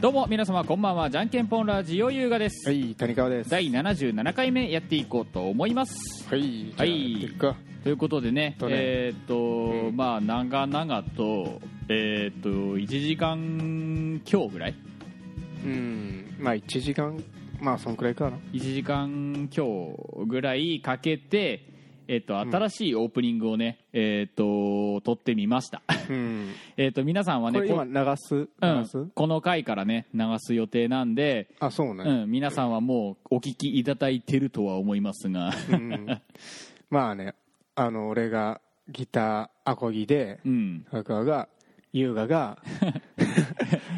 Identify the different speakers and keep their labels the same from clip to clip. Speaker 1: どうも皆様こんばんはじゃんけんぽんラジオ優雅です、
Speaker 2: はい谷川です
Speaker 1: 第77回目やっていこうと思います
Speaker 2: はい
Speaker 1: はい
Speaker 2: じゃあやってくか
Speaker 1: ということでね
Speaker 2: とね
Speaker 1: えーっと、
Speaker 2: うん
Speaker 1: まあ長々とえーっと1時間強ぐらい
Speaker 2: うんまあ1時間まあそんくらいかな
Speaker 1: 1時間強ぐらいかけてえーっと
Speaker 2: うん
Speaker 1: 新しいオープニングをね、えーっと撮ってみました
Speaker 2: うん
Speaker 1: えーっと皆さんは
Speaker 2: こ
Speaker 1: ね
Speaker 2: れ
Speaker 1: こ,、
Speaker 2: 今流す
Speaker 1: う
Speaker 2: 流
Speaker 1: ん
Speaker 2: す、
Speaker 1: この回からね流す予定なんで、
Speaker 2: あそうね
Speaker 1: うん、皆さんはもうお聞きいただいてるとは思いますが
Speaker 2: うんまあねあの俺がギターアコギで
Speaker 1: うん
Speaker 2: 谷川が優 雅が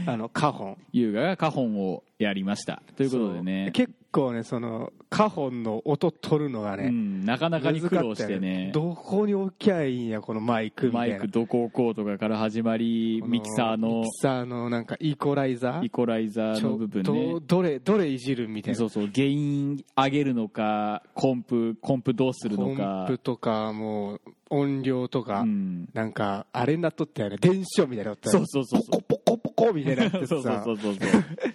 Speaker 2: あのカホン
Speaker 1: 優雅がカホンをやりましたということでね
Speaker 2: 結構ねそのカホンの音取るのがね、
Speaker 1: うん、なかなかに苦労してね
Speaker 2: 難かったよどこに置きゃいいんやこのマイクみた
Speaker 1: マ
Speaker 2: いな
Speaker 1: イクどこ置こうとかから始まり
Speaker 2: この
Speaker 1: ミキサーの
Speaker 2: ミキサーのなんかイコライザー
Speaker 1: イコライザー
Speaker 2: ち
Speaker 1: の
Speaker 2: ょ
Speaker 1: 部
Speaker 2: っ
Speaker 1: 分
Speaker 2: と
Speaker 1: ね
Speaker 2: どれどれいじるみたいな
Speaker 1: そうそうゲイン上げるのかコンプコンプどうする
Speaker 2: コ
Speaker 1: の
Speaker 2: ン
Speaker 1: か
Speaker 2: プとかもう音量とか、
Speaker 1: うん
Speaker 2: なんかあれになっとったよね電子音みたいなのあったよ
Speaker 1: そう
Speaker 2: ね
Speaker 1: そうそうそう
Speaker 2: ポコポコポコみたいなのあっ て
Speaker 1: そうそう
Speaker 2: さ
Speaker 1: そうそう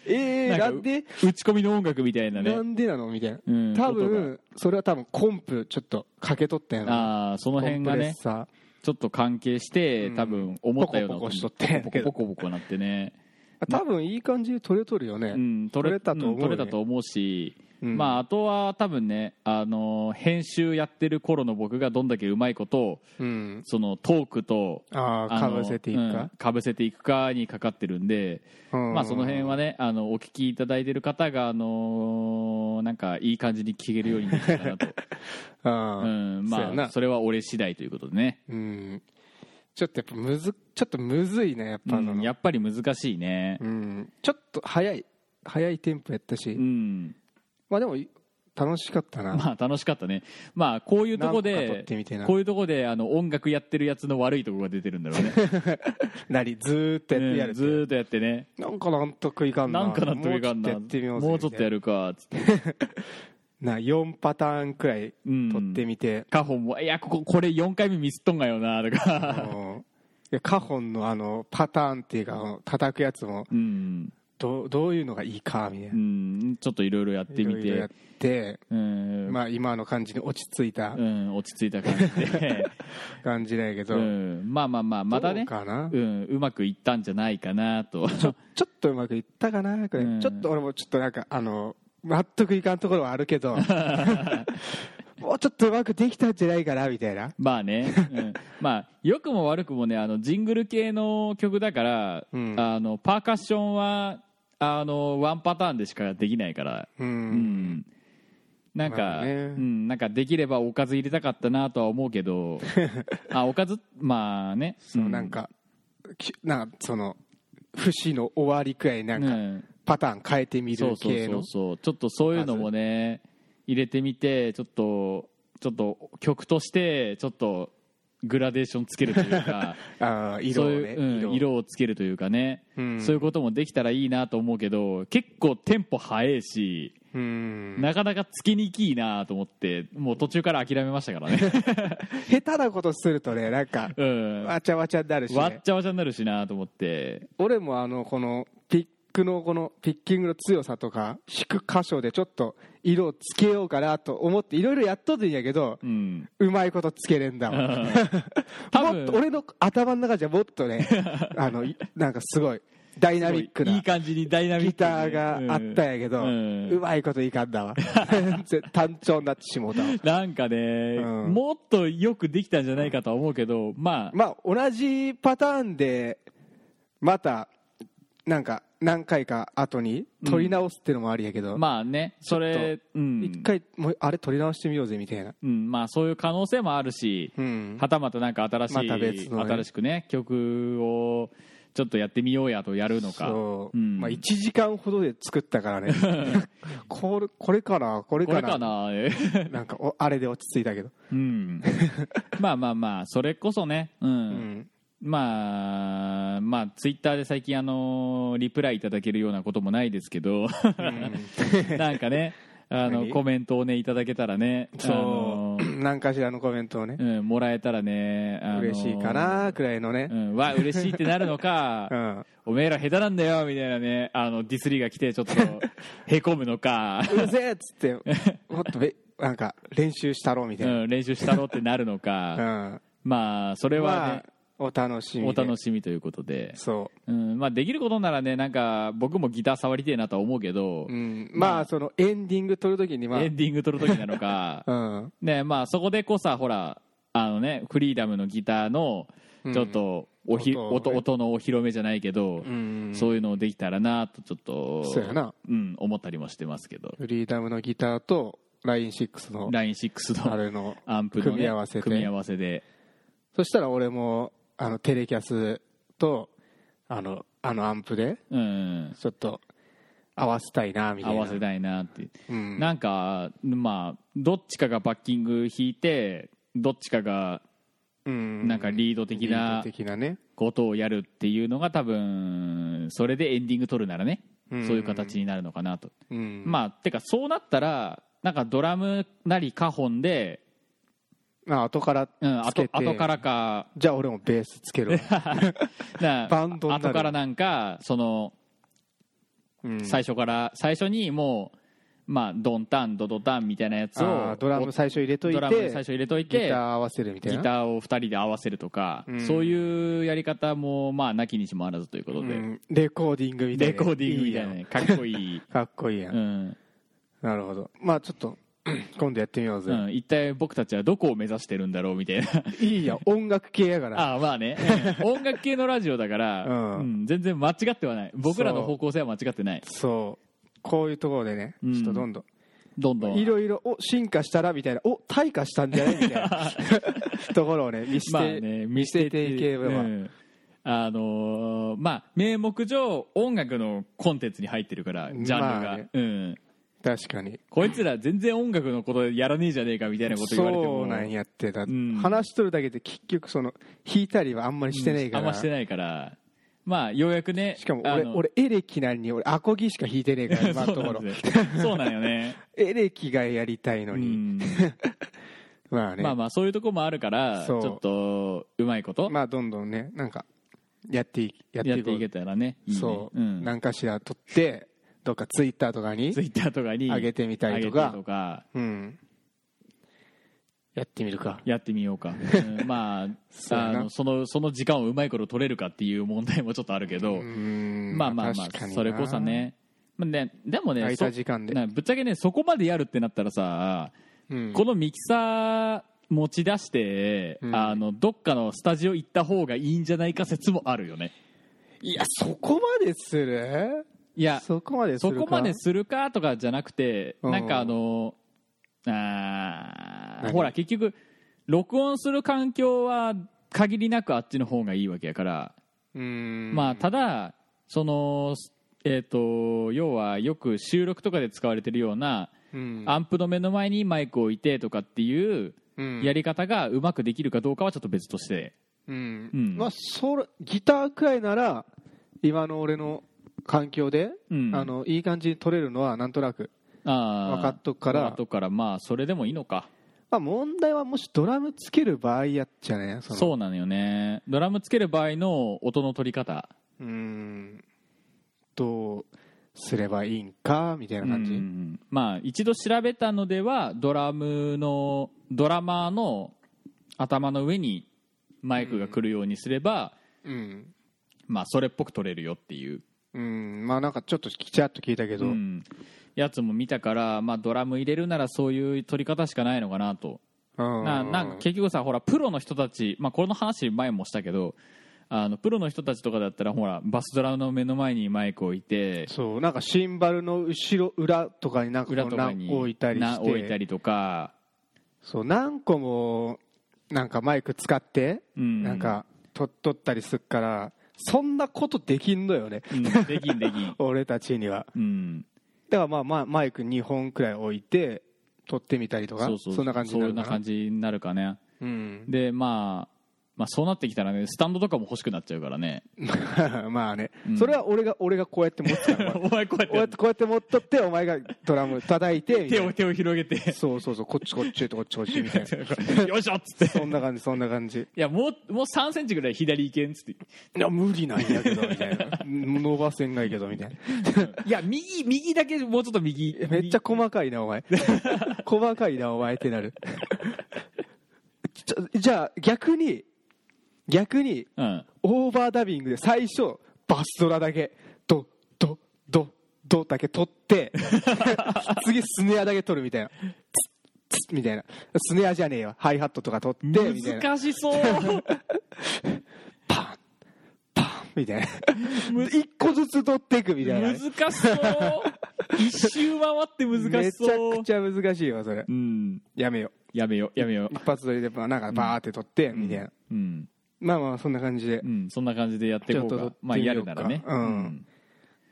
Speaker 2: え
Speaker 1: な
Speaker 2: ー、
Speaker 1: んか
Speaker 2: なんで
Speaker 1: 打ち込みの音楽みたいなね
Speaker 2: なんでなのみたいな、
Speaker 1: うん
Speaker 2: 多
Speaker 1: 音
Speaker 2: 分それは多分コンプちょっとかけとったよね
Speaker 1: ああその辺が
Speaker 2: コンプレッ
Speaker 1: ね
Speaker 2: サ
Speaker 1: ちょっと関係して
Speaker 2: うん
Speaker 1: 多分思ったような
Speaker 2: ポコポコしとって
Speaker 1: ポコポコポコポコなってね
Speaker 2: ー多分いい感じで取れとるよね、
Speaker 1: うん、取れ
Speaker 2: 取れたと思
Speaker 1: う
Speaker 2: う
Speaker 1: ん
Speaker 2: ね
Speaker 1: 取れたと思うし、
Speaker 2: うん
Speaker 1: まあ、あとは多分ね、あのー編集やってる頃の僕がどんだけうまいことを
Speaker 2: うん
Speaker 1: そのトークと
Speaker 2: ああ
Speaker 1: あ
Speaker 2: か
Speaker 1: の
Speaker 2: ぶせていく
Speaker 1: う
Speaker 2: か
Speaker 1: ん、かぶせていくかにかかってるんで、
Speaker 2: うん
Speaker 1: まあ、その辺はねあのお聞きいただいてる方が、あのーなんかいい感じに聞けるようになったかなと、
Speaker 2: あ
Speaker 1: う
Speaker 2: ー
Speaker 1: ん
Speaker 2: そうや
Speaker 1: まあ、
Speaker 2: な
Speaker 1: それは俺次第ということでね、
Speaker 2: うんちょっとやっぱむずちょっとむずいねやっぱあの、
Speaker 1: うんやっぱり難しいね
Speaker 2: う、んちょっと早い早いテンポやったし、
Speaker 1: うん、
Speaker 2: まあでも楽しかった な、
Speaker 1: まあ楽しかったね、まあ、こういうとこ
Speaker 2: なんか撮
Speaker 1: で
Speaker 2: ってみてな
Speaker 1: こういうとこであの音楽やってるやつの悪いとこが出てるんだ ろうね。
Speaker 2: なりずーっとやってや
Speaker 1: う
Speaker 2: るっ
Speaker 1: ん
Speaker 2: て
Speaker 1: ずーっとやってね
Speaker 2: なんかなんと食いかんな
Speaker 1: なんかなんといかんな
Speaker 2: もうちょっとやってみようぜ
Speaker 1: もうちょっとや
Speaker 2: る
Speaker 1: るかつって
Speaker 2: な4パターンくらい
Speaker 1: うん
Speaker 2: 取ってみて、
Speaker 1: カホンも「いやこここれ4回目ミスっとんがよな」と
Speaker 2: あ
Speaker 1: か
Speaker 2: のいやカホンのあのパターンっていうかあの叩くやつも
Speaker 1: うん、
Speaker 2: どどういうのがいいかみたいうな、
Speaker 1: ん、ちょっといろいろやって
Speaker 2: い
Speaker 1: み
Speaker 2: ろいろや
Speaker 1: て
Speaker 2: って、
Speaker 1: うん、
Speaker 2: まあ今の感じに落ち着いた
Speaker 1: うん、落ち着いた感じで、
Speaker 2: 感じなんやけ ど、
Speaker 1: うん、まあまあまあまた
Speaker 2: ど
Speaker 1: ね
Speaker 2: うかな
Speaker 1: う,、ん、うまくいったんじゃないかな と
Speaker 2: ちょっとうまくいったかなこれ、
Speaker 1: うん
Speaker 2: ちょっと俺もちょっとなんかあの納得いかんところはあるけ どもうちょっとうまくできたんじゃないかなみたいな
Speaker 1: まあね、うん、まあ良くも悪くもねあのジングル系の曲だから、
Speaker 2: うん
Speaker 1: あのパーカッションはあのワンパターンでしかできないから
Speaker 2: うん、
Speaker 1: うんなんか、
Speaker 2: まあね
Speaker 1: うん、なんかできればおかず入れたかったなとは思うけ どあおかずまあね
Speaker 2: そうなん、か、きなんかその節の終わりくらいにな
Speaker 1: うんん
Speaker 2: か、
Speaker 1: うん
Speaker 2: パターン変えてみ
Speaker 1: そ
Speaker 2: る
Speaker 1: うそう
Speaker 2: 系
Speaker 1: そ
Speaker 2: の
Speaker 1: うそうちょっとそういうのもね入れてみてちょっとちょっと曲としてちょっとグラデーションつけるという か
Speaker 2: あー色
Speaker 1: そう
Speaker 2: を
Speaker 1: い
Speaker 2: ね
Speaker 1: ううん
Speaker 2: 色を
Speaker 1: 色をつけるというかね、
Speaker 2: うん
Speaker 1: そういうこともできたらいいなと思うけど結構テンポ早いし
Speaker 2: うん
Speaker 1: なかなかつけにきいなと思ってもう途中から諦めましたから ね、
Speaker 2: 下手なことするとねなんか
Speaker 1: うん、
Speaker 2: わちゃわちゃになるし、ね
Speaker 1: わっちゃわちゃになるしなと思って
Speaker 2: 俺もあのこのピックのこのピッキングの強さとか弾く箇所でちょっと色をつけようかなと思っていろいろやっとるんやけど
Speaker 1: う、ん
Speaker 2: うまいことつけれんだわ、
Speaker 1: 多
Speaker 2: も
Speaker 1: 分
Speaker 2: っと俺の頭の中じゃもっと ねあのいなんかすごいダイナミック
Speaker 1: い
Speaker 2: ない
Speaker 1: 感じにダイナミック
Speaker 2: ギ
Speaker 1: に
Speaker 2: ターがあったんやけど、
Speaker 1: う
Speaker 2: うん
Speaker 1: うん
Speaker 2: まいこといかんだわ 全然単調になってしもう たわ
Speaker 1: なんかね、
Speaker 2: うん
Speaker 1: もっとよくできたんじゃないかとは思うけどまあ、
Speaker 2: まあ同じパターンでまたなんか何回か後に撮り直すっていうのもありやけど、
Speaker 1: まあねそれうん
Speaker 2: 一回もうあれ撮り直してみようぜみたいな、
Speaker 1: うんまあそういう可能性もあるし、
Speaker 2: うん
Speaker 1: はたまたなんか新しい、
Speaker 2: また別のね
Speaker 1: 新しくね曲をちょっとやってみようやとやるのか
Speaker 2: そう、
Speaker 1: ん
Speaker 2: まあ、1時間ほどで作ったか らねこれこれかなこれ
Speaker 1: こ
Speaker 2: か
Speaker 1: れ
Speaker 2: な
Speaker 1: かな
Speaker 2: なんかおあれで落ち着いたけど、
Speaker 1: うんまあまあまあそれこそね
Speaker 2: う
Speaker 1: うん
Speaker 2: ん
Speaker 1: まあ、まあ、ツイッターで最近、あのリプライいただけるようなこともないですけど、 なんかね、あの
Speaker 2: 何
Speaker 1: コメントをねいただけたらね、
Speaker 2: そ
Speaker 1: あ
Speaker 2: う
Speaker 1: の
Speaker 2: うん何かしらの コメントをね
Speaker 1: うん、もらえたらね、あのー
Speaker 2: 嬉しいかなくらいのね
Speaker 1: うん、わ嬉しいってなるの か、
Speaker 2: うん
Speaker 1: おめえら下手なんだよみたいなねあのディスリが来てちょっと へこむのか、
Speaker 2: うるせえっ つってもっとべなんか練習したろうみた
Speaker 1: う
Speaker 2: いな、
Speaker 1: ん、練習したろってなるの
Speaker 2: う
Speaker 1: か、
Speaker 2: ん
Speaker 1: まあそれは、ね
Speaker 2: まあお楽しみ
Speaker 1: お
Speaker 2: で
Speaker 1: 楽しみということで、
Speaker 2: そ
Speaker 1: うんまあ、できることならねなんか僕もギター触りてえなとは思うけど、
Speaker 2: う、うん、まあそのエンディング撮るときにまあ
Speaker 1: エンディング撮る時なのか、
Speaker 2: うん
Speaker 1: ねまあ、そこでこうさほらあのねフリーダムのギターのちょっとおひ、
Speaker 2: 音をね
Speaker 1: 音音のお披露目じゃないけど、
Speaker 2: うん
Speaker 1: そういうのをできたらなとちょっと
Speaker 2: そうやな
Speaker 1: うん、思ったりもしてますけど
Speaker 2: フリーダムのギターと LINE6 の
Speaker 1: LINE6
Speaker 2: あ
Speaker 1: の
Speaker 2: れの
Speaker 1: アンプの、ね、
Speaker 2: 組み合わせで
Speaker 1: 組み合わせで
Speaker 2: そしたら俺もあのテレキャスとあのあのアンプで
Speaker 1: うん
Speaker 2: ちょっと合わせたいなみたい
Speaker 1: 合
Speaker 2: な
Speaker 1: わせたいなって、
Speaker 2: うん
Speaker 1: なんかまあどっちかがバッキング弾いてどっちかが
Speaker 2: うん
Speaker 1: なんかリード的な
Speaker 2: リード的なね
Speaker 1: ことをやるっていうのが多分それでエンディング取るならね、
Speaker 2: うん
Speaker 1: そういう形になるのかなと、
Speaker 2: うん
Speaker 1: まあてかそうなったらなんかドラムなりカホンで、
Speaker 2: まあ後から
Speaker 1: うん、
Speaker 2: つ
Speaker 1: 後
Speaker 2: けて
Speaker 1: 後からか
Speaker 2: じゃあ俺もベースつけるわ
Speaker 1: な
Speaker 2: バンドになる
Speaker 1: 後からなんかその
Speaker 2: うん
Speaker 1: 最初から最初にもうまあドンタンドドタンみたいなやつ
Speaker 2: あ
Speaker 1: を
Speaker 2: ードラム最初入れといて
Speaker 1: ドラム最初入れといて
Speaker 2: ギター合わせるみたい
Speaker 1: ギ
Speaker 2: な
Speaker 1: ターを2人で合わせるとか、
Speaker 2: うん
Speaker 1: そういうやり方もまあなきにしもあらずということで、
Speaker 2: うんレコーディングみたい
Speaker 1: レ
Speaker 2: な
Speaker 1: コーディングみたいなね
Speaker 2: いい
Speaker 1: かっこ いい、
Speaker 2: やんかっこいいや
Speaker 1: うんん
Speaker 2: なるほどまあちょっと 今度やってみようぜ
Speaker 1: うん、一体僕たちはどこを目指してるんだろうみたいな
Speaker 2: い いや音楽系やから
Speaker 1: ああまあ ね、うん音楽系のラジオだから、
Speaker 2: うん
Speaker 1: うん全然間違ってはない僕らの方向性は間違ってない
Speaker 2: そうこういうところでね
Speaker 1: うん
Speaker 2: ちょっとどんどん
Speaker 1: どんどん
Speaker 2: いろいろお進化したらみたいなお退化したんじゃないみたい なところをね見せて、
Speaker 1: まあね、
Speaker 2: 見せていけば、
Speaker 1: うんあのーまあ名目上音楽のコンテンツに入ってるからジャンルが、
Speaker 2: まあね
Speaker 1: うん、
Speaker 2: 確かに
Speaker 1: こいつら全然音楽のことやらねえじゃねえかみたいなこと言われても
Speaker 2: そうなんやってだ、
Speaker 1: ん
Speaker 2: 話しとるだけで結局その弾いたりはあんまりしてないから、
Speaker 1: あんましてないからまあようやくね
Speaker 2: しかも
Speaker 1: あ
Speaker 2: 俺
Speaker 1: の
Speaker 2: 俺エレキなりに俺アコギしか弾いてねえ から今のとこ
Speaker 1: そ
Speaker 2: ろ
Speaker 1: うなんですよそうなんよ ね、
Speaker 2: エレキがやりたいの
Speaker 1: う
Speaker 2: に、
Speaker 1: ん
Speaker 2: まあね
Speaker 1: まあまあそういうとこもあるからち
Speaker 2: そう
Speaker 1: ょっとうまいこと
Speaker 2: まあどんどんねなんかやっていやって
Speaker 1: やっ
Speaker 2: いこ
Speaker 1: て
Speaker 2: う
Speaker 1: いけたらねいいね
Speaker 2: そう、
Speaker 1: ん、
Speaker 2: 何かしら撮ってどっかツイッターとかに
Speaker 1: ツイッターとかに
Speaker 2: 上げてみたりとか
Speaker 1: 上げてか
Speaker 2: うんやってみるか
Speaker 1: やってみよう か、うんまあ
Speaker 2: そうや
Speaker 1: あ
Speaker 2: な
Speaker 1: のそのその時間をうまいこと取れるかっていう問題もちょっとあるけど、
Speaker 2: うん
Speaker 1: まあまあま
Speaker 2: 確か
Speaker 1: あ
Speaker 2: にな
Speaker 1: それこそね,、まあ、ねでもね
Speaker 2: 空い
Speaker 1: そ
Speaker 2: た時間で
Speaker 1: なぶっちゃけねそこまでやるってなったらさ、
Speaker 2: うん
Speaker 1: このミキサー持ち出して、
Speaker 2: うん
Speaker 1: あのどっかのスタジオ行った方がいいんじゃないか説もあるよね
Speaker 2: いやそこまでする
Speaker 1: いやそ
Speaker 2: そこまでするか
Speaker 1: こまでするかとかじゃなくて、
Speaker 2: うん
Speaker 1: なんかあのあー
Speaker 2: 何
Speaker 1: ほら結局録音する環境は限りなくあっちの方がいいわけやから、
Speaker 2: うん
Speaker 1: まあただそのえっ、と要はよく収録とかで使われてるような
Speaker 2: うん
Speaker 1: アンプの目の前にマイクを置いてとかっていう
Speaker 2: うん
Speaker 1: やり方がうまくできるかどうかはちょっと別として、
Speaker 2: うん
Speaker 1: うん
Speaker 2: まあそれギターくらいなら今の俺の環境で、
Speaker 1: うん
Speaker 2: あのいい感じに撮れるのはなんとなく
Speaker 1: あー
Speaker 2: 分かっとくから
Speaker 1: 分かっとくからまあそれでもいいのか
Speaker 2: まあ問題はもしドラムつける場合やっちゃねそ
Speaker 1: そう
Speaker 2: の
Speaker 1: なのよねドラムつける場合の音の取り方
Speaker 2: うんどうすればいいんかみたいな感じ、
Speaker 1: うんまあ一度調べたのではドラムのドラマーの頭の上にマイクが来るようにすれば、
Speaker 2: うん
Speaker 1: まあそれっぽく取れるよっていう
Speaker 2: うんまあなんかちょっとちらっと聞いたけど、
Speaker 1: うんやつも見たから、まあ、ドラム入れるならそういう取り方しかないのかなと、ななんか結局さほらプロの人たち、まあ、この話前もしたけどあのプロの人たちとかだったらほらバスドラの目の前にマイク置いて
Speaker 2: そうなんかシンバルの後ろ裏とかになんか
Speaker 1: 裏とかに
Speaker 2: な置いたり
Speaker 1: な
Speaker 2: して
Speaker 1: 置いたりとか、
Speaker 2: そう何個もなんかマイク使って、
Speaker 1: うん
Speaker 2: なんかと撮ったりするからそんなことできんのよね、、
Speaker 1: うん、できんできん
Speaker 2: 俺たちには
Speaker 1: うん、
Speaker 2: だからまあまあマイク2本くらい置いて撮ってみたりとかそんな感じになる
Speaker 1: そんな
Speaker 2: かな
Speaker 1: 感じになるかね
Speaker 2: うん
Speaker 1: でまあまあ、そうなってきたらねスタンドとかも欲しくなっちゃうからね
Speaker 2: まあね、それは俺が俺がこうやって持ってた の
Speaker 1: お前こう
Speaker 2: こうや
Speaker 1: や
Speaker 2: っ
Speaker 1: って
Speaker 2: こうやって持っとってお前がドラム叩い
Speaker 1: て
Speaker 2: てみた
Speaker 1: 手
Speaker 2: いな
Speaker 1: を手を広 げて
Speaker 2: そうそうそうこっちこっちとこっちこ っちみたいな
Speaker 1: よいしょっつって
Speaker 2: そんな感じそんな感じ
Speaker 1: いやもうもう3センチぐらい左行けんっつって
Speaker 2: いや無理なんやけどみたいな伸ばせんないけどみたいない
Speaker 1: や右右だけもうちょっと右
Speaker 2: めっちゃ細かいなお 前細かいなお前ってなるちょじゃあ逆に逆に
Speaker 1: うん
Speaker 2: オーバーダビングで最初バスドラだけドドドドだけ取って 次スネアだけ取るみたいなツッツッみたいなスネアじゃねえよハイハットとか取ってみたいな
Speaker 1: 難しそう
Speaker 2: パンパンみたいな一個ずつ取っていくみたいな
Speaker 1: 難しそう一周回って難しそう
Speaker 2: めちゃくちゃ難しいわそれ
Speaker 1: うん
Speaker 2: やめよ
Speaker 1: やめようやめよ
Speaker 2: 一発撮りでまあなんかバーって取ってみたいな、
Speaker 1: ううん、
Speaker 2: まあまあそんな感じで、
Speaker 1: うん、そんな感じでやっていこう
Speaker 2: ちょっ
Speaker 1: か
Speaker 2: と
Speaker 1: まあやるならね
Speaker 2: うん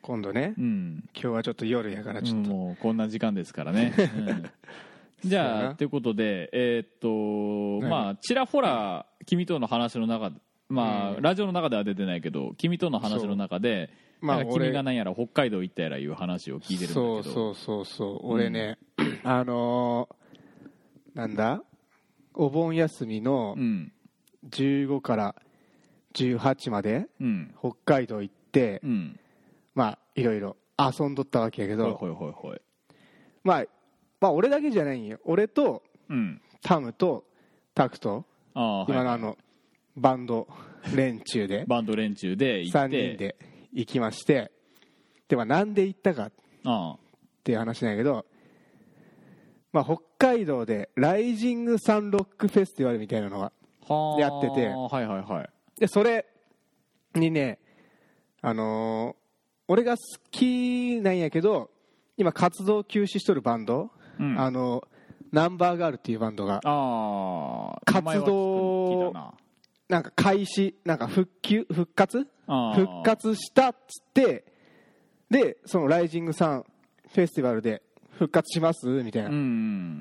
Speaker 2: 今度ね、
Speaker 1: うん、うん
Speaker 2: 今日はちょっと夜やからちょっと、
Speaker 1: もうこんな時間ですから ね、うんじ
Speaker 2: そうや
Speaker 1: ゃ
Speaker 2: な
Speaker 1: あということでえーっと
Speaker 2: 何
Speaker 1: まあちらほら君との話の中でまあ、
Speaker 2: うん
Speaker 1: ラジオの中では出てないけど君との話の中で、
Speaker 2: そうまあ
Speaker 1: なんか
Speaker 2: 俺
Speaker 1: 君が何やら北海道行ったやらいう話を聞いてるんだけ
Speaker 2: そ
Speaker 1: ど
Speaker 2: うそうそうそう俺ね、あのーなんだお盆休みの
Speaker 1: うん
Speaker 2: 15から18まで
Speaker 1: うん
Speaker 2: 北海道行って、
Speaker 1: うん
Speaker 2: まあいろいろ遊んどったわけやけ
Speaker 1: ほい
Speaker 2: ど、
Speaker 1: ほいほいほい
Speaker 2: まあ、まあ俺だけじゃないんよ俺と
Speaker 1: うん
Speaker 2: タムとタクト
Speaker 1: ああ、はい
Speaker 2: 今のあのバンド連中で
Speaker 1: バンド連中で行って
Speaker 2: 3人で行きましてでまあなんで行ったかっ
Speaker 1: あ
Speaker 2: ていう話なんやけど、まあ、北海道でライジングサンロックフェスティバルみたいなのが
Speaker 1: あはあ
Speaker 2: やってて
Speaker 1: はいはいはい
Speaker 2: でそれにねあのー俺が好きなんやけど今活動休止しとるバンド、
Speaker 1: うん
Speaker 2: あのナンバーガールっていうバンドが
Speaker 1: ああ
Speaker 2: 活動
Speaker 1: 聞いたな
Speaker 2: なんか開始なんか復旧復活
Speaker 1: あー
Speaker 2: 復活したっつってでその「ライジングサンフェスティバルで復活しますみたい
Speaker 1: うんう
Speaker 2: な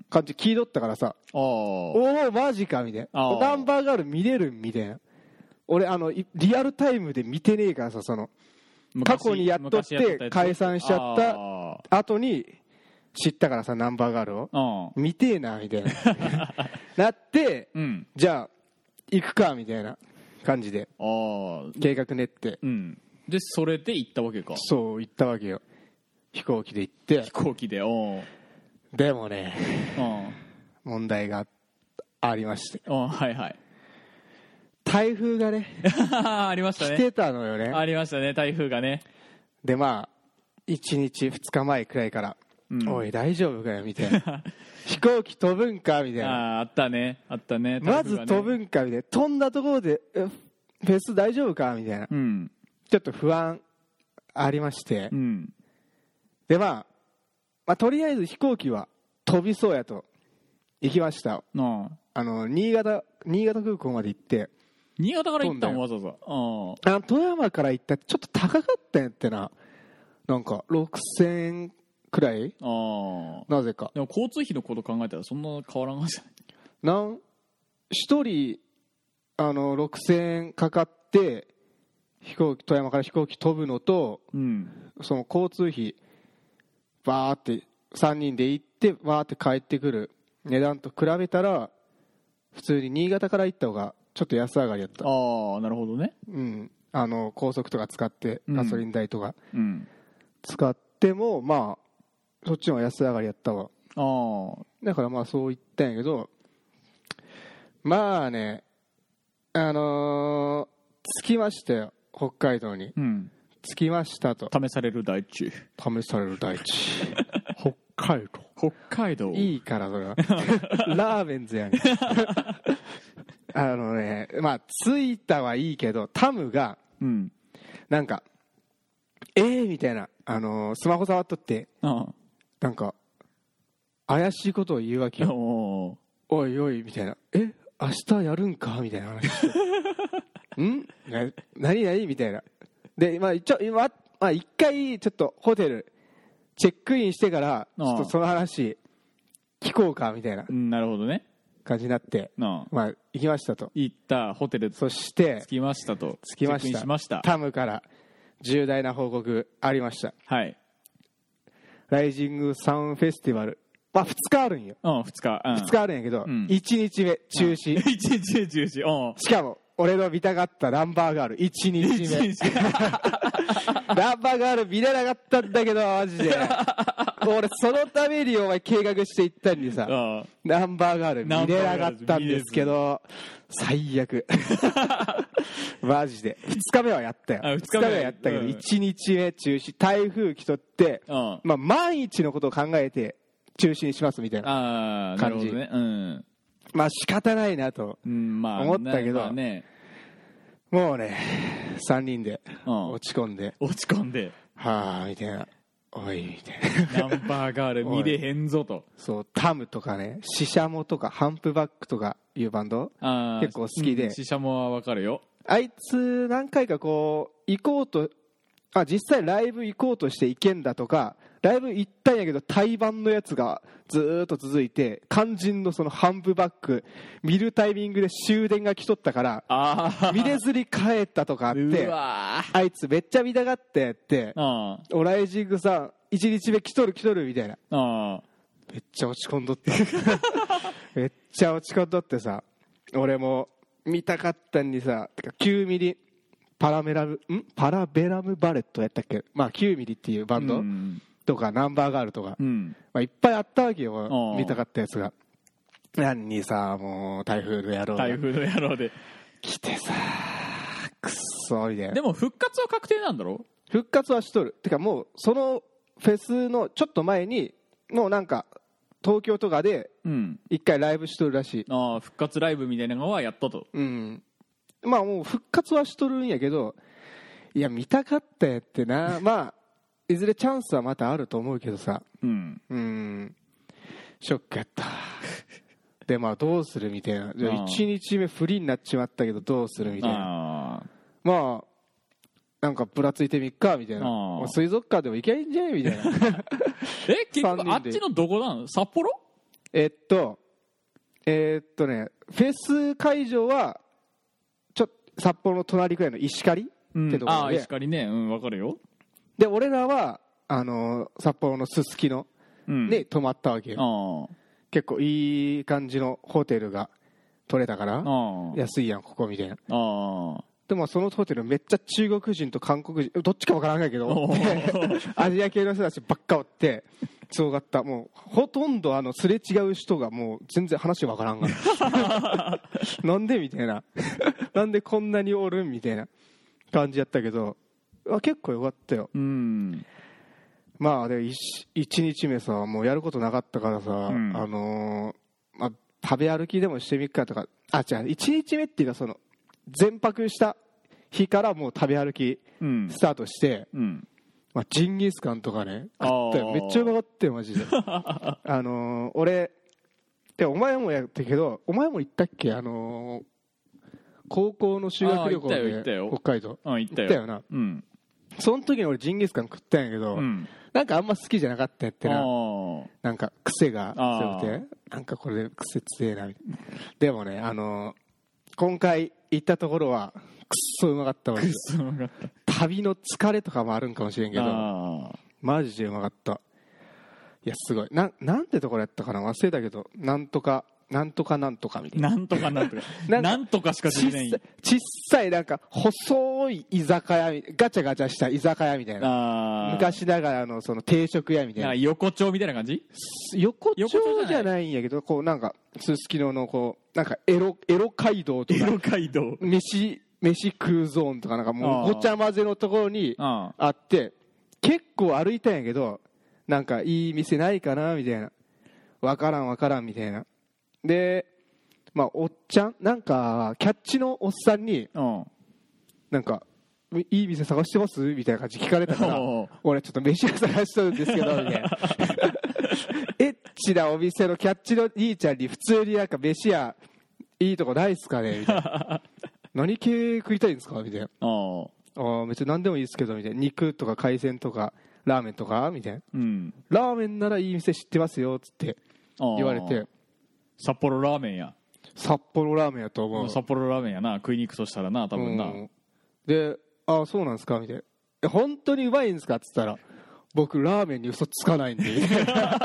Speaker 2: ん感じ聞いとったからさ
Speaker 1: あ
Speaker 2: 「
Speaker 1: あ
Speaker 2: おおマジか」みたい
Speaker 1: あ
Speaker 2: な「
Speaker 1: ー
Speaker 2: ナンバーガール見れる」みたいな俺あのいリアルタイムで見てねえからさその過去にやっとっ
Speaker 1: 昔
Speaker 2: て
Speaker 1: ややつ
Speaker 2: 解散しちゃった
Speaker 1: あ
Speaker 2: 後に知ったからさナンバーガールを
Speaker 1: あ
Speaker 2: 見てえなみたいな なって
Speaker 1: うん
Speaker 2: じゃあ行くかみたいな感じで
Speaker 1: ああ
Speaker 2: 計画練って
Speaker 1: うんでそれで行ったわけか
Speaker 2: そう行ったわけよ飛行機で行って
Speaker 1: 飛行機でおう
Speaker 2: でもね
Speaker 1: うん
Speaker 2: 問題がありまして
Speaker 1: うんはいはい
Speaker 2: 台風がね
Speaker 1: ありました
Speaker 2: 来
Speaker 1: ね
Speaker 2: てたのよね
Speaker 1: ありましたね台風がね
Speaker 2: でまあ1日2日前くらいから「
Speaker 1: うん
Speaker 2: おい大丈夫かよ」みたい な「飛行機飛ぶんか」みたい
Speaker 1: あ
Speaker 2: な
Speaker 1: ああったねあったね
Speaker 2: 「まず
Speaker 1: 台風がね
Speaker 2: 飛ぶんか」みたいな「飛んだところでえフェス大丈夫か」みたいな
Speaker 1: うん
Speaker 2: ちょっと不安ありまして
Speaker 1: うん
Speaker 2: でまあまあとりあえず飛行機は飛びそうやと行きました
Speaker 1: ああ
Speaker 2: あの新潟新潟空港まで行って
Speaker 1: 新潟から行った
Speaker 2: 飛んだよ
Speaker 1: んわざわざうん
Speaker 2: あ富山から行ったらちょっと高かったんやってななんか6000円くらい
Speaker 1: ああ
Speaker 2: なぜか
Speaker 1: でも交通費のこと考えたらそんな変わらんがじゃない
Speaker 2: なん1人あの6000円かかって飛行機富山から飛行機飛ぶのと
Speaker 1: うん
Speaker 2: その交通費バーって3人で行ってバーって帰ってくる値段と比べたら普通に新潟から行った方がちょっと安上がりやった
Speaker 1: ああなるほどね
Speaker 2: うんあの高速とか使って
Speaker 1: うん
Speaker 2: ガソリン代とか、
Speaker 1: うん
Speaker 2: 使ってもまあそっちの方が安上がりやったわ
Speaker 1: ああ
Speaker 2: だからまあそう言ったんやけどまあねあのー着きましたよ北海道に
Speaker 1: うん
Speaker 2: 着きましたと
Speaker 1: 試される大地
Speaker 2: 試される大地北海道
Speaker 1: 北海道
Speaker 2: いいからそれ はラーメンズや ねんあのねまあ着いたはいいけどタムが
Speaker 1: うん
Speaker 2: なんかえー、みたいな、あのースマホ触っとって
Speaker 1: あ
Speaker 2: なんか怪しいことを言うわけ
Speaker 1: あ
Speaker 2: よ
Speaker 1: お
Speaker 2: おいおいみたいなえ明日やるんかみたい な話してんな何何みたいなでまあ一応今まあ一回ちょっとホテルチェックインしてからち
Speaker 1: ああ
Speaker 2: ょっとその話聞こうかみたいな
Speaker 1: ーうんなるほどね
Speaker 2: 感じになって、
Speaker 1: うん
Speaker 2: まあ、行きましたと。
Speaker 1: 行ったホテル
Speaker 2: そして
Speaker 1: 着、きましたと
Speaker 2: 着きま
Speaker 1: チェックイン
Speaker 2: した。
Speaker 1: しました
Speaker 2: タムから重大な報告ありました。
Speaker 1: はい
Speaker 2: ライジングサウンフェスティバル。まあ、2日あるんよ。
Speaker 1: うん2日、うん、
Speaker 2: 2日あるんやけど、
Speaker 1: うん
Speaker 2: 1日目中止。
Speaker 1: 1日目中止うん
Speaker 2: しかも、俺の見たかったナンバーガール、1日目。
Speaker 1: 一日目
Speaker 2: ナンバーガール見れなかったんだけど、マジで。俺、そのためにお前計画していったのにさ、
Speaker 1: うん
Speaker 2: ナンバーガール見れなかったんですけど、最悪。マジで。2日目はやったよ。
Speaker 1: あ二
Speaker 2: 2日
Speaker 1: 日
Speaker 2: 目
Speaker 1: 目
Speaker 2: はやったけど、
Speaker 1: うん
Speaker 2: 1日目中止。台風来とって、
Speaker 1: うん
Speaker 2: まあ、万一のことを考えて中止にしますみたいな。
Speaker 1: ああなるほどねうん、
Speaker 2: まあ、仕方ないなと。
Speaker 1: うん、まあ
Speaker 2: 思ったけど
Speaker 1: まあね
Speaker 2: もうね、3人で
Speaker 1: うん
Speaker 2: 落ち込んで、
Speaker 1: 落ち込んで
Speaker 2: はあ、みたいな。おい、みたいな。
Speaker 1: ナンバーガール見れへんぞと
Speaker 2: そう、タムとかね、シシャモとか、ハンプバックとかいうバンド、
Speaker 1: あー
Speaker 2: 結構好きで
Speaker 1: うんシシャモはわかるよ
Speaker 2: あいつ何回かこう、行こうと、あ、実際ライブ行こうとして行けんだとか、ライブ行ったんやけど、対バンのやつがずーっと続いて、肝心のそのハンプバック、見るタイミングで終電が来とったから、
Speaker 1: ああ
Speaker 2: 見れずに帰ったとかあっ
Speaker 1: う
Speaker 2: て、
Speaker 1: わ
Speaker 2: あいつめっちゃ見たがってって、
Speaker 1: あ
Speaker 2: オライジングさん、1日目来とる来とるみたいな。
Speaker 1: あ
Speaker 2: めっちゃ落ち込んどって めっちゃ落ち込んどってさ俺も見たかったんにさてか9ミリパラメラムんパラベラムバレットやったっけまあ9ミリっていうバン
Speaker 1: う
Speaker 2: ド、
Speaker 1: ん
Speaker 2: とかナンバーガールとか、
Speaker 1: うん
Speaker 2: まあ、いっぱいあったわけよ
Speaker 1: うん
Speaker 2: 見たかったやつが何にさもう台風の野郎が
Speaker 1: 台風の野郎で
Speaker 2: 来てさくっそみたい な
Speaker 1: でも復活は確定なんだろ
Speaker 2: 復活はしとるてかもうそのフェスのちょっと前にもうなんか東京とかで
Speaker 1: うん
Speaker 2: 一回ライブしとるらしい
Speaker 1: ああ復活ライブみたいなのはやったと
Speaker 2: うん、まあもう復活はしとるんやけどいや見たかったやってなまあいずれチャンスはまたあると思うけどさ
Speaker 1: うん
Speaker 2: うんショックやったでまあどうするみたいなじゃあ
Speaker 1: ああ
Speaker 2: 1日目フリーになっちまったけどどうするみたいな
Speaker 1: あ
Speaker 2: まあなんかぶらついてみっかみたいな
Speaker 1: ああ
Speaker 2: もう水族館でも行きゃいいんじゃないみたいな
Speaker 1: あえ結
Speaker 2: 三人
Speaker 1: 局
Speaker 2: で
Speaker 1: あっちのどこなの札幌
Speaker 2: えっとえっとねフェス会場はちょっと札幌の隣くらいの石狩、ってとこ
Speaker 1: あ
Speaker 2: ろ
Speaker 1: あ
Speaker 2: で
Speaker 1: 石狩ねうんわかるよ
Speaker 2: で俺らはあのー札幌のすすきの
Speaker 1: うん
Speaker 2: に泊まったわけよ、
Speaker 1: あ
Speaker 2: 結構いい感じのホテルが取れたから
Speaker 1: ああ
Speaker 2: 安いやんここみたいな
Speaker 1: ああ
Speaker 2: でもそのホテルめっちゃ中国人と韓国人どっちかわからんないけど
Speaker 1: おー
Speaker 2: アジア系の人たちばっかおってすごかったもうほとんどあのすれ違う人がもう全然話わからんが なんでみたいななんでこんなにおるんみたいな感じやったけどあ結構よかったよ
Speaker 1: うん
Speaker 2: まあで一一日目さもうやることなかったからさ、
Speaker 1: ん
Speaker 2: あのーまあ、食べ歩きでもしてみっかとかあ違う1日目っていうかその全泊した日からもう食べ歩き
Speaker 1: うん
Speaker 2: スタートして、
Speaker 1: うん
Speaker 2: まあ、ジンギスカンとかね
Speaker 1: あー
Speaker 2: あったよめっちゃうまかったよマ ジであのー俺でお前もやったけどお前も行ったっけあのー高校の修学旅行
Speaker 1: あー行った
Speaker 2: で
Speaker 1: よ行ったよ
Speaker 2: 北海道
Speaker 1: うん行った
Speaker 2: 行ったよ
Speaker 1: よ
Speaker 2: な
Speaker 1: うん
Speaker 2: その時に俺ジンギスカン食ったんやけど、
Speaker 1: うん
Speaker 2: なんかあんま好きじゃなかったやって
Speaker 1: あ
Speaker 2: ななんか癖が
Speaker 1: あー
Speaker 2: 強くてなんかこれ癖強えなみたいなでもねあのー今回行ったところはくっそうまかったわけ
Speaker 1: あ
Speaker 2: です
Speaker 1: すまかった
Speaker 2: 旅の疲れとかもあるんかもし れんけど
Speaker 1: ああ
Speaker 2: マジでうまかったいやすごいなんなんてところやったかな忘れたけどなんとかなんとかなんとかみたいな
Speaker 1: なんとかなんとか
Speaker 2: な
Speaker 1: なんん
Speaker 2: か
Speaker 1: とかしかでき
Speaker 2: ちっさ
Speaker 1: ない
Speaker 2: いちっさいなんか細い居酒屋みガチャガチャした居酒屋みたいな
Speaker 1: ああ
Speaker 2: 昔ながらのその定食屋みたい
Speaker 1: なん
Speaker 2: な
Speaker 1: か横丁みたいな感じ
Speaker 2: 横丁
Speaker 1: 横丁
Speaker 2: じ
Speaker 1: じ
Speaker 2: ゃ
Speaker 1: ゃ
Speaker 2: ないんやけどこうなんかすすきののこうなんかエロエロ街道と
Speaker 1: エ
Speaker 2: か
Speaker 1: ロ街道
Speaker 2: 飯飯食うゾーンとかなんか
Speaker 1: あ
Speaker 2: もう
Speaker 1: ー
Speaker 2: ごちゃ混ぜのところに
Speaker 1: あ
Speaker 2: あって結構歩いたんやけどなんかいい店ないかなみたいなわからんわからんみたいなでまあおっちゃんなんかキャッチのおっさんに
Speaker 1: あうん
Speaker 2: なんかいい店探してますみたいな感じ聞かれたから
Speaker 1: おう
Speaker 2: 俺ちょっと飯を探しとるんですけどみ たいなエッチなお店のキャッチの兄ちゃんに普通になんか飯やいいとこないっすかねみたいな 何系食いたいんですかみたいな
Speaker 1: ああ
Speaker 2: あー別に何でもいいですけどみたいな肉とか海鮮とかラーメンとかみたいな
Speaker 1: うん
Speaker 2: ラーメンならいい店知ってますよっつって
Speaker 1: ああ
Speaker 2: 言われて
Speaker 1: 札幌ラーメンや
Speaker 2: 札幌ラーメンやと思う
Speaker 1: 札幌ラーメンやな食いに行くとしたらな多分な、
Speaker 2: うんで「ああそうなんですか」みたいなえ「本当にうまいんですか?」っつったら「僕ラーメンに嘘つかないんで」みたいな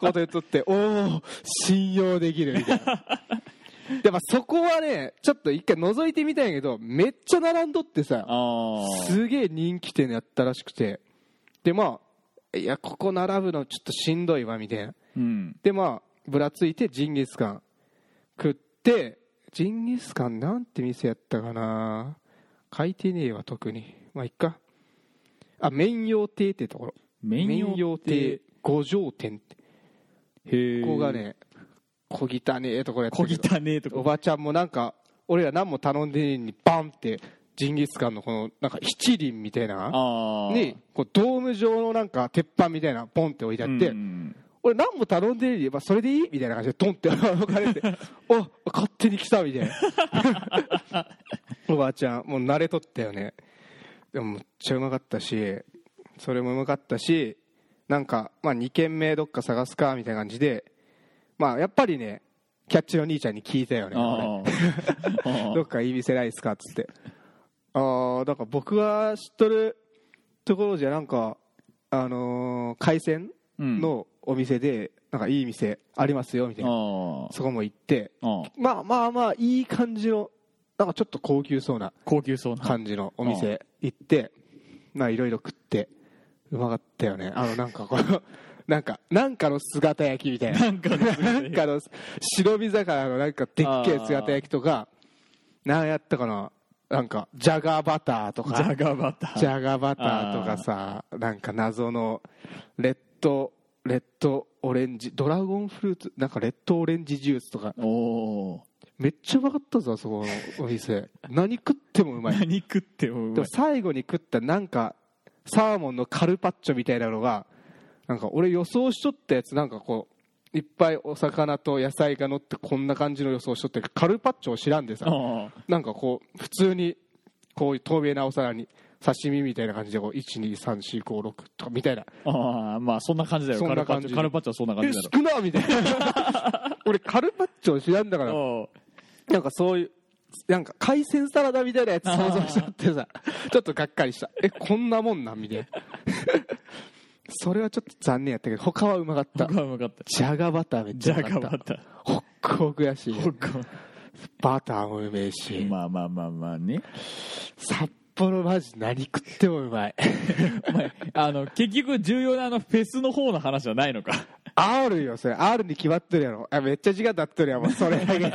Speaker 2: こと言っとって「おお信用できる」みたいな。でまあそこはねちょっと一回覗いてみたいんやけどめっちゃ並んどってさ
Speaker 1: ああ
Speaker 2: すげえ人気店やったらしくてでまあいやここ並ぶのちょっとしんどいわみたいな
Speaker 1: うん
Speaker 2: でまあぶらついてジンギスカン食ってジンギスカンなんて店やったかな書いてねえわ特にまあいっかあ麺用亭ってところ
Speaker 1: 麺用って
Speaker 2: 五条店って
Speaker 1: へえ
Speaker 2: ここがね小汚ねえところやった
Speaker 1: 小
Speaker 2: けど
Speaker 1: 汚ねえと
Speaker 2: お
Speaker 1: こ
Speaker 2: ばちゃんもなんか俺ら何も頼んでねえのにバンってジンギスカンのこのなんか七輪みたいな
Speaker 1: ああ
Speaker 2: にこうドーム状のなんか鉄板みたいなポンって置いてあって、
Speaker 1: うん
Speaker 2: 俺何も頼んでねえに、まあ、それでいいみたいな感じでドンって置かれてお勝手に来たみたいな おばあちゃんもう慣れとったよねでもめっちゃうまかったしそれもうまかったしなんか、まあ、2軒目どっか探すかみたいな感じでまあやっぱりねキャッチの兄ちゃんに聞いたよね
Speaker 1: ああ ああ
Speaker 2: どっかいい店ないですかっつって。ああ、だから僕が知っとるところじゃ、なんか、あのー海鮮
Speaker 1: うん
Speaker 2: のお店で、なんかいい店ありますよ、みたいな。
Speaker 1: あ
Speaker 2: そこも行って、
Speaker 1: あああ
Speaker 2: まあまあまあ、いい感じの、なんかちょっと高級そうな
Speaker 1: 高級そうな
Speaker 2: 感じのお店行って、まあいろいろ食って、うまかったよね。あの、なんかこの、 なんか、なんかの姿焼きみたいな。
Speaker 1: なんかの姿
Speaker 2: な
Speaker 1: 焼き
Speaker 2: んかの、白身魚のなんかでっけえ姿焼きとか、なんやったかな、なんか、ジャガーバターと
Speaker 1: ジャ
Speaker 2: か、
Speaker 1: ガバター
Speaker 2: ジャガーバターとかさ、なんか謎の、レッド、レッドオレンジ、ドラゴンフルーツ、なんかレッドオレンジジュースとか、
Speaker 1: おお
Speaker 2: めっちゃうまかったぞ、あそこのお店。何食ってもうまい。
Speaker 1: 何食ってもう
Speaker 2: で
Speaker 1: ま
Speaker 2: も
Speaker 1: い
Speaker 2: 最後に食ったなんかサーモンのカルパッチョみたいなのがなんか俺予想しとったやつなんかこういっぱいお魚と野菜が乗ってこんな感じの予想しとってカルパッチョを知らんでさ
Speaker 1: あ
Speaker 2: なんかこう普通にこういう透明なお皿に刺身みたいな感じでこう123456とかみたいな
Speaker 1: あああまあそんな感じだよ
Speaker 2: そん
Speaker 1: カ
Speaker 2: な
Speaker 1: ルパ
Speaker 2: 感
Speaker 1: ッチ
Speaker 2: じ
Speaker 1: ョカルパッチョはそんな感
Speaker 2: え
Speaker 1: じだろ
Speaker 2: 少なみたいな俺カルパッチョを知らんだから
Speaker 1: お
Speaker 2: なんかそういう、なんか海鮮サラダみたいなやつ想像しちゃってさ、ちょっとがっかりした。え、こんなもんなんみたいな。 それはちょっと残念やったけど、他はうまかった
Speaker 1: 僕。はうまかった
Speaker 2: じゃがバターめっち
Speaker 1: ジ
Speaker 2: ゃうま
Speaker 1: ャ
Speaker 2: かっ
Speaker 1: ガ
Speaker 2: た
Speaker 1: バ。ター
Speaker 2: ホックホクやし、
Speaker 1: 僕は
Speaker 2: バターもうめえし、
Speaker 1: まあまあまあまあね
Speaker 2: 札幌マジ何食ってもうまい。
Speaker 1: お前あの結局重要なあのフェスの方の話じゃないのか
Speaker 2: R よ、それ。R に決まっとるやろ。あめっちゃ時間経っとるやん、もうそれだけ で。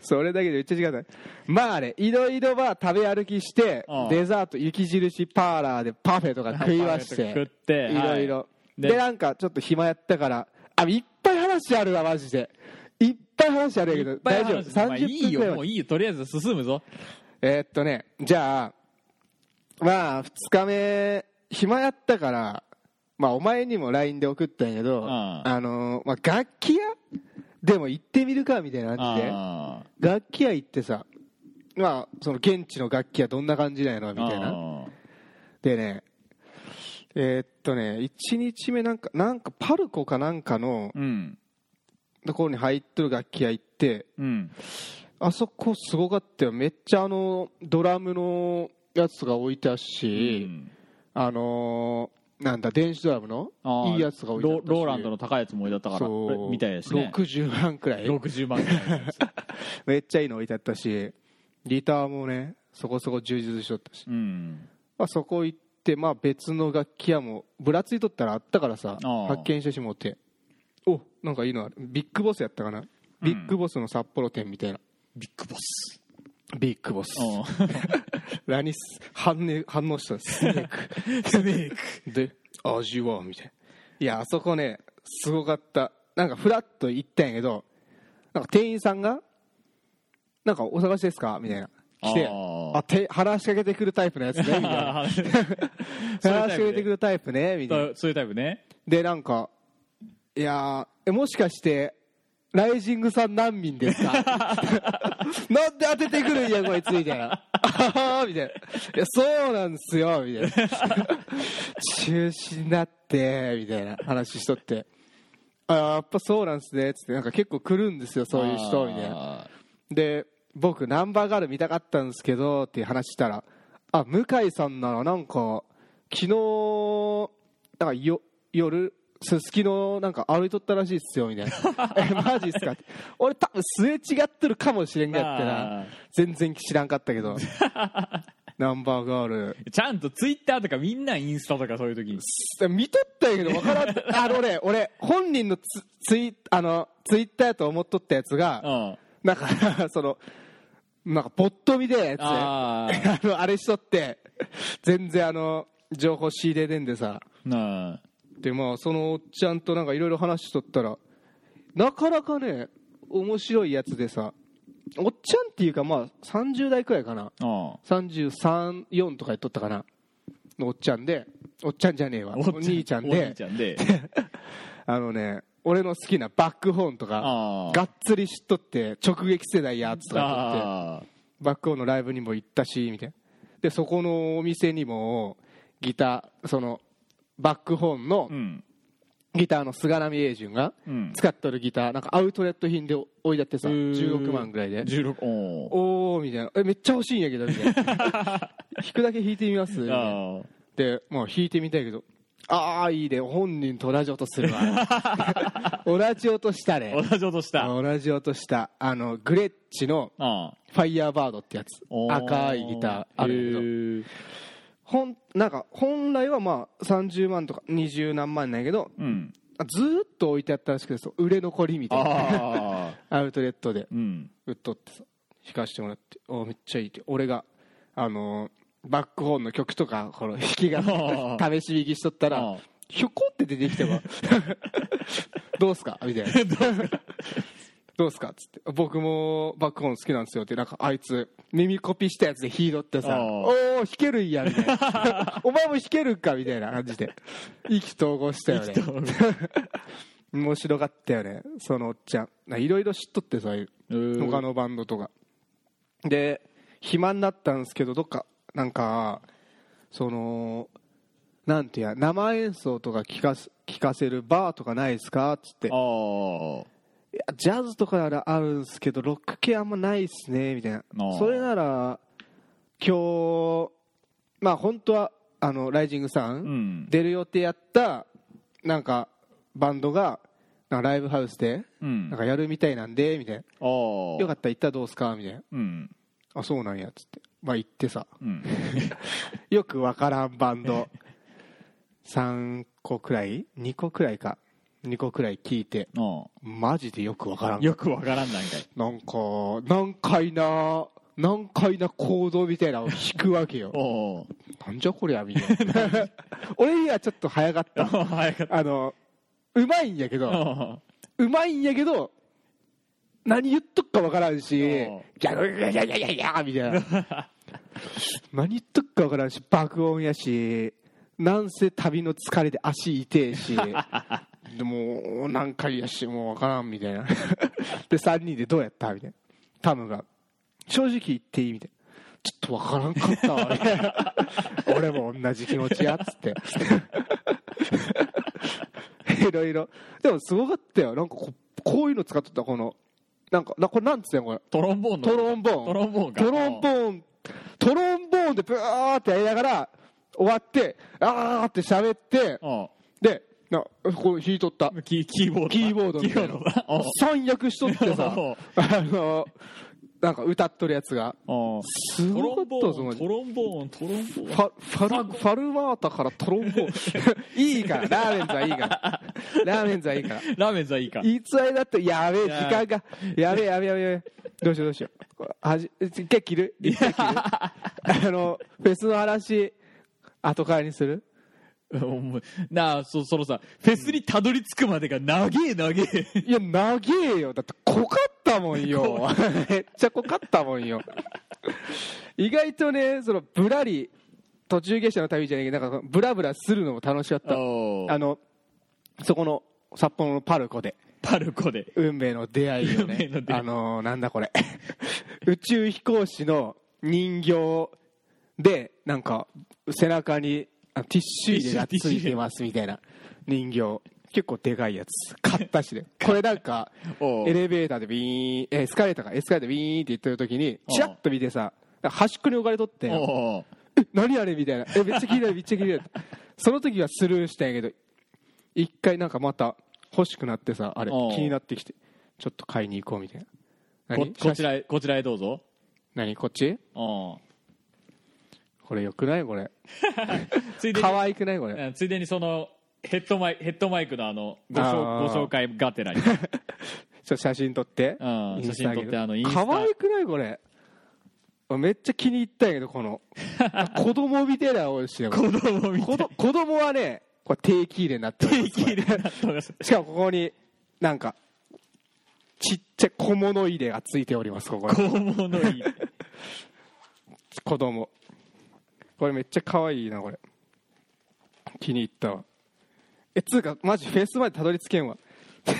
Speaker 2: それだけでめっちゃ時間経っまあね、いろいろは食べ歩きして
Speaker 1: ああ、
Speaker 2: デザート、雪印パーラーでパフェとか食いまして、
Speaker 1: 食って
Speaker 2: いろい
Speaker 1: は
Speaker 2: ろ。
Speaker 1: い
Speaker 2: で、
Speaker 1: で
Speaker 2: なんかちょっと暇やったから、あ、いっぱい話あるわ、マジで。いっぱい話あるんやけ
Speaker 1: いっ
Speaker 2: ど、
Speaker 1: ぱい
Speaker 2: 大丈
Speaker 1: 話
Speaker 2: 夫。
Speaker 1: してお前い
Speaker 2: 30分
Speaker 1: い
Speaker 2: くらい
Speaker 1: よ
Speaker 2: ま
Speaker 1: も
Speaker 2: で
Speaker 1: ういいよとりあえず進むぞ
Speaker 2: えーっとね、じゃあ、まあ、2日目、暇やったから、まあ、お前にも LINE で送ったんやけど、
Speaker 1: あ
Speaker 2: あ
Speaker 1: あ
Speaker 2: のーまあ、楽器屋でも行ってみるかみたいな感じで、
Speaker 1: あ
Speaker 2: 楽器屋行ってさ、まあ、その現地の楽器屋どんな感じなんやろ
Speaker 1: ー
Speaker 2: みたいな。
Speaker 1: あー
Speaker 2: でね、えーっとね、1日目なんか、なんかパルコかなんかの
Speaker 1: うん
Speaker 2: ところに入ってる楽器屋行って、
Speaker 1: うん
Speaker 2: あそこすごかったよ。めっちゃあの、ドラムのやつとか置いてあるし、
Speaker 1: うん
Speaker 2: あのーなんだ電子ドラムの
Speaker 1: あー
Speaker 2: いいやつが置いてあ
Speaker 1: ロ
Speaker 2: ったし
Speaker 1: ローランドの高いやつも置いてあったから
Speaker 2: そう
Speaker 1: みたいやしね
Speaker 2: 60万くらい
Speaker 1: 60万ぐらいのやつ
Speaker 2: めっちゃいいの置いてあったしギターもねそこそこ充実しとったし、
Speaker 1: うん
Speaker 2: まあ、そこ行って、まあ、別の楽器屋もぶらついとったらあったからさ
Speaker 1: あー
Speaker 2: 発見してしもっておなんかいいのあるビッグボスやったかな、ビッグボスの札幌店みたいな
Speaker 1: ビッグボス
Speaker 2: ビッグボス
Speaker 1: おう
Speaker 2: ラニス反応反応したスネーク
Speaker 1: スネーク
Speaker 2: で味はみたいないやあそこねすごかったなんかフラッと行ったんやけどなんか店員さんが「なんかお探しですか?」みたいな来て
Speaker 1: あー
Speaker 2: あて話しかけてくるタイプのやつねみたいな
Speaker 1: そういうタ
Speaker 2: 話しか
Speaker 1: イ
Speaker 2: け
Speaker 1: プ
Speaker 2: てく
Speaker 1: ね
Speaker 2: るタイプねみたいな
Speaker 1: そういうタイプね
Speaker 2: でなんか「いやーえもしかしてライジングさん難民ですか? 」なんで当ててくるんやこいつみたいな「あははみたいな「いやそうなんですよ」みたいな中止になってみたいな話しとってあーやっぱそうなんすねっつってなんか結構来るんですよそういう人みたいな
Speaker 1: あ
Speaker 2: で僕ナンバーガール見たかったんですけどっていう話したらあ向井さんならなんか昨日なんかよ夜すすきのなんか歩いとったらしいっすよみたいな えマジっすかって俺多分すれ違ってるかもしれんがやって
Speaker 1: あー
Speaker 2: な全然知らんかっ たけどナンバーガール
Speaker 1: ーちゃんとツイッターとかみんなインスタとかそういう時に
Speaker 2: 見とったんやけど分からんってあのね俺本人のツツイあのツイッターやと思っとったやつが、
Speaker 1: うん
Speaker 2: なんかそのなんかぼっと見でやつあ
Speaker 1: ああ
Speaker 2: のあれしとって全然あの情報仕入れでんでさ
Speaker 1: なあ
Speaker 2: でまあそのおっちゃんとなんかいろいろ話しとったらなかなかね面白いやつでさおっちゃんっていうかまあ30代くらいかな
Speaker 1: ああ
Speaker 2: 334とかやっとったかなのおっちゃんでおっちゃんじゃねえわお兄ちゃん
Speaker 1: お
Speaker 2: で
Speaker 1: 兄ちゃんで
Speaker 2: あのね俺の好きなバックホーンとか
Speaker 1: あ
Speaker 2: がっつり知っとって直撃世代やつとか言って
Speaker 1: あ
Speaker 2: バックホーンのライブにも行ったしみたいなでそこのお店にもギターそのバックホーンの
Speaker 1: ーうん
Speaker 2: ギターの菅波英順が
Speaker 1: うん
Speaker 2: 使っとるギターなんかアウトレット品で置いてあってさ16万ぐらいで
Speaker 1: 16おー
Speaker 2: おおみたいなえめっちゃ欲しいんやけどみたいな弾くだけ弾いてみますみたいな
Speaker 1: あー
Speaker 2: でもう弾いてみたいけどああいいで本人と同じ音するわ 同じ音したね
Speaker 1: 同じ音したあ
Speaker 2: 同じ音したあのグレッチの
Speaker 1: あ
Speaker 2: ファイヤーバードってやつ
Speaker 1: おー
Speaker 2: 赤いギターあるんやけど
Speaker 1: へー
Speaker 2: ほんなんか本来はまあ30万とか20何万なんやけど
Speaker 1: うん
Speaker 2: ずーっと置いてあったらしくてそう売れ残りみたいな
Speaker 1: ああ
Speaker 2: アウトレットで
Speaker 1: うん
Speaker 2: 売っとってさ弾かしてもらっておーめっちゃいいって俺があのーバックホーンの曲とかこの弾きが
Speaker 1: あ
Speaker 2: 試し弾きしとった
Speaker 1: あ
Speaker 2: ら
Speaker 1: あ
Speaker 2: ひょこって出てきてもどうすかみたいな どうすかっつって僕もバックホーン好きなんですよってなんかあいつ耳コピーしたやつで弾いとってさ
Speaker 1: ああ
Speaker 2: おお弾けるんやみた いなお前も弾けるんかみたいな感じで意気投合したよね
Speaker 1: 意気投合
Speaker 2: 面白かったよねそのおっちゃんないろいろ知っとってさ
Speaker 1: うん
Speaker 2: 他のバンドとかで暇になったんですけどどっかなんかそのなんていうんや生演奏とか聞かす聞かせるバーとかないですかっつって
Speaker 1: あ
Speaker 2: いやジャズとかならあるんですけどロック系あんまないっすねみたいな
Speaker 1: あー
Speaker 2: それなら今日まあ本当はあのライジングさ
Speaker 1: あうんん
Speaker 2: 出る予定やったなんかバンドがなんかライブハウスで
Speaker 1: うん
Speaker 2: なんかやるみたいなんでみたいな
Speaker 1: ああ
Speaker 2: よかったら行ったらどうっすかみたいな
Speaker 1: うん
Speaker 2: あそうなんやっつってまあ行ってさ
Speaker 1: うん
Speaker 2: よくわからんバン ド3個くらい2個くらいか2個くらい聞いて
Speaker 1: あ
Speaker 2: マジでよくわから
Speaker 1: あ
Speaker 2: ん
Speaker 1: よくわからんなんかい
Speaker 2: なんか難解な難解な行動みたいなのを弾くわけ よ
Speaker 1: おー
Speaker 2: なんじゃこりゃみたいな 俺にはちょっと早かった
Speaker 1: あー早かっ
Speaker 2: あのうまいんやけ
Speaker 1: た
Speaker 2: ど
Speaker 1: あ
Speaker 2: うまいんやけど何言っとくかわからんしギ
Speaker 1: おう
Speaker 2: ャルギャギャギャギャギャみたいな何言っとくかわからんし爆音やしなんせ旅の疲れで足痛えしでもう何回やしもうわからんみたいなで3人でどうやったみたいなタムが正直言っていいみたいなちょっとわからんかったわみたいな俺も同じ気持ちやっつって いろいろでもすごかったよなんかここういうの使っとったこのなんかなこれなんつうのこれ
Speaker 1: ートロンボーンの
Speaker 2: トロンボーン
Speaker 1: トロンボーンか
Speaker 2: トロンボーントロンボーンでブワーってやりながら終わってあーって喋って
Speaker 1: あ
Speaker 2: でなこう弾いとった
Speaker 1: あキーキーボードだ
Speaker 2: キーボード
Speaker 1: キ
Speaker 2: み
Speaker 1: ー
Speaker 2: た
Speaker 1: ボード
Speaker 2: いな
Speaker 1: だあ
Speaker 2: 三役しとってさ
Speaker 1: おう
Speaker 2: あのなんか歌っとるやつが
Speaker 1: あ
Speaker 2: すごかったぞマジ
Speaker 1: ト
Speaker 2: で
Speaker 1: ロンボーントロンボーン
Speaker 2: ファファルファルマータからトロンボーン いいからラーメンズはいいからラーメンズはいいから
Speaker 1: ラーメンズはいい か
Speaker 2: いつあれだってやべえ時
Speaker 1: や
Speaker 2: 間がやべえやべえやべえやべえどうしようどうしようこれはじ一回切る一回切るあのフェスの話後からにする
Speaker 1: お前なあそそのさフェスにたどり着くまでが長え長え
Speaker 2: いや長えよだって濃かったも んよめっちゃ濃かったもんよ意外とねそのぶらり途中下車の旅じゃないけどなんかブラブラするのも楽しかった
Speaker 1: おー
Speaker 2: あのそこの札幌のパルコで
Speaker 1: パルコで
Speaker 2: 運命の出会いをね
Speaker 1: 運命の出会い
Speaker 2: あのーなんだこれ 宇宙飛行士の人形でなんか背中にあティッシュ入れがついてますみたいな人形結構でかいやつ買っ たしねこれなんか
Speaker 1: おう
Speaker 2: エレベーターでビーンえエスカレーターかエスカレーターでビーンって言ってる時にチラッと見てさ端っこに置かれとって
Speaker 1: おう
Speaker 2: え何あれみたいなえめっちゃ気になるめっちゃ気になるその時はスルーしたんやけど一回なんかまた欲しくなってさあれ
Speaker 1: おう
Speaker 2: 気になってきてちょっと買いに行こうみたいな
Speaker 1: こ
Speaker 2: 何
Speaker 1: こちらへこちらへどうぞ
Speaker 2: 何こっち
Speaker 1: おう
Speaker 2: これよくないこれ
Speaker 1: ついでに
Speaker 2: 可愛くないこれ
Speaker 1: うんついでにそのヘッドマイヘッドマイクのあのご
Speaker 2: あ
Speaker 1: 紹ご
Speaker 2: ー
Speaker 1: 紹介がて らに
Speaker 2: ちょ写真撮って
Speaker 1: うん写真撮ってあのインスタ
Speaker 2: 可愛くないこれ俺めっちゃ気に入ったんやけど この子供みたいな多いしねこれ
Speaker 1: 子供みたい
Speaker 2: 子ど子供はねこれ定期入れになってます
Speaker 1: 綺麗な人が
Speaker 2: しかもここになんかちっちゃい小物入れがついておりますここに
Speaker 1: 肛門のいい
Speaker 2: 子供これめっちゃ可愛いなこれ気に入ったわえつうかマジフェスまでたどり着けんわ
Speaker 1: フ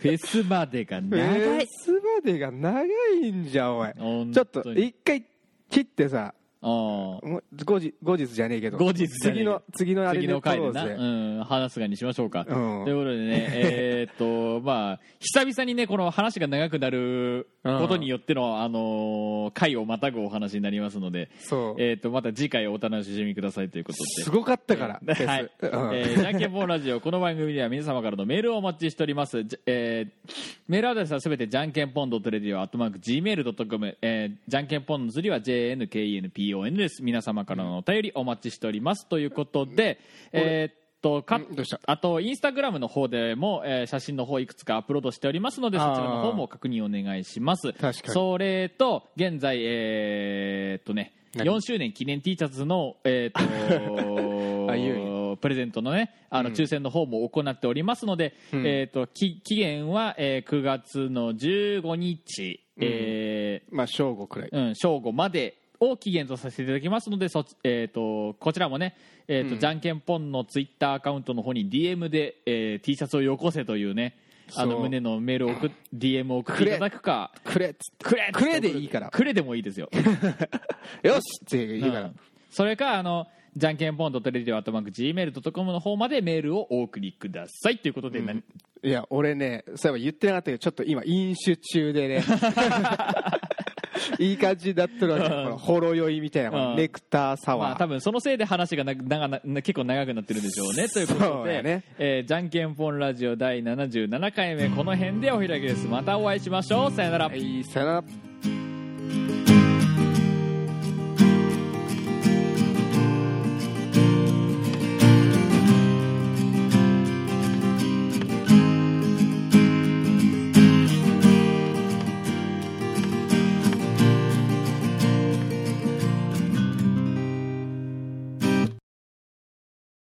Speaker 1: ェスまでが
Speaker 2: フ
Speaker 1: 長
Speaker 2: ェ
Speaker 1: い
Speaker 2: スまでが長いんじゃんおい
Speaker 1: 本当に
Speaker 2: ちょっと一回切ってさ
Speaker 1: ああ
Speaker 2: もう後日後日じゃねえけど
Speaker 1: 後日じゃねえ
Speaker 2: 次
Speaker 1: けど
Speaker 2: の次のあれ
Speaker 1: 次
Speaker 2: で
Speaker 1: の回で
Speaker 2: 撮
Speaker 1: な、
Speaker 2: ろ
Speaker 1: う
Speaker 2: うぜ
Speaker 1: ん、話すがにしましょうか、
Speaker 2: うん
Speaker 1: ということで ねえーっとまあ久々にねこの話が長くなることによっての、あのー回をまたぐお話になりますので
Speaker 2: そう
Speaker 1: えーっとまた次回お楽しみくださいということです
Speaker 2: ごかったからフェス
Speaker 1: はい、え
Speaker 2: うん
Speaker 1: ーじゃんけんぽんラジオこの番組では皆様からのメールをお待ちしております、じゃえーメールアドレスはすべてじゃんけんぽん .radio.gmail.com、えー、じゃんけんぽんの釣りは JNKNPON です皆様からのお便りお待ちしておりますということで、えーっとか
Speaker 2: うんどうした
Speaker 1: あとインスタグラムの方でも、えー写真の方いくつかアップロードしておりますのでそちらの方も確認お願いします
Speaker 2: 確かに
Speaker 1: それと現在えーっとね
Speaker 2: 何
Speaker 1: 4周年記念 T シャツのえ ーっと
Speaker 2: あゆい
Speaker 1: プレゼントのねあの抽選の方も行っておりますので、
Speaker 2: ん
Speaker 1: えー、とき期限は、えー9月の15日、え
Speaker 2: まあ正午くらい
Speaker 1: ーうん、正午までを期限とさせていただきますのでそち、えー、とこちらもね、えーとじゃんけんぽんのツイッターアカウントの方に DM で、えー T シャツをよこせというねあの
Speaker 2: そう
Speaker 1: 胸のメールを送っ DM を送っていただくか
Speaker 2: くれっつって
Speaker 1: くれ
Speaker 2: くれでいいから
Speaker 1: くれでもいいですよ
Speaker 2: よしって言うか
Speaker 1: う
Speaker 2: ら
Speaker 1: んそれかあのじゃんけんぽんとテレビではとマーク Gmail.com の方までメールをお送りくださいということで、何
Speaker 2: いや俺ねそういえば言ってなかったけどちょっと今飲酒中で ねいい感じになってるわけよこのほろ酔いみたいなこ
Speaker 1: う
Speaker 2: の
Speaker 1: ん
Speaker 2: ネクターサ
Speaker 1: まあ
Speaker 2: ワ
Speaker 1: 多
Speaker 2: ー
Speaker 1: 分そのせいで話がな長な結構長くなってるでしょうねということ
Speaker 2: そう
Speaker 1: で、
Speaker 2: やね
Speaker 1: えーじゃんけんぽんラジオ第77回目この辺でお開きですまたお会いしましょうさよなら、
Speaker 2: はいさよなら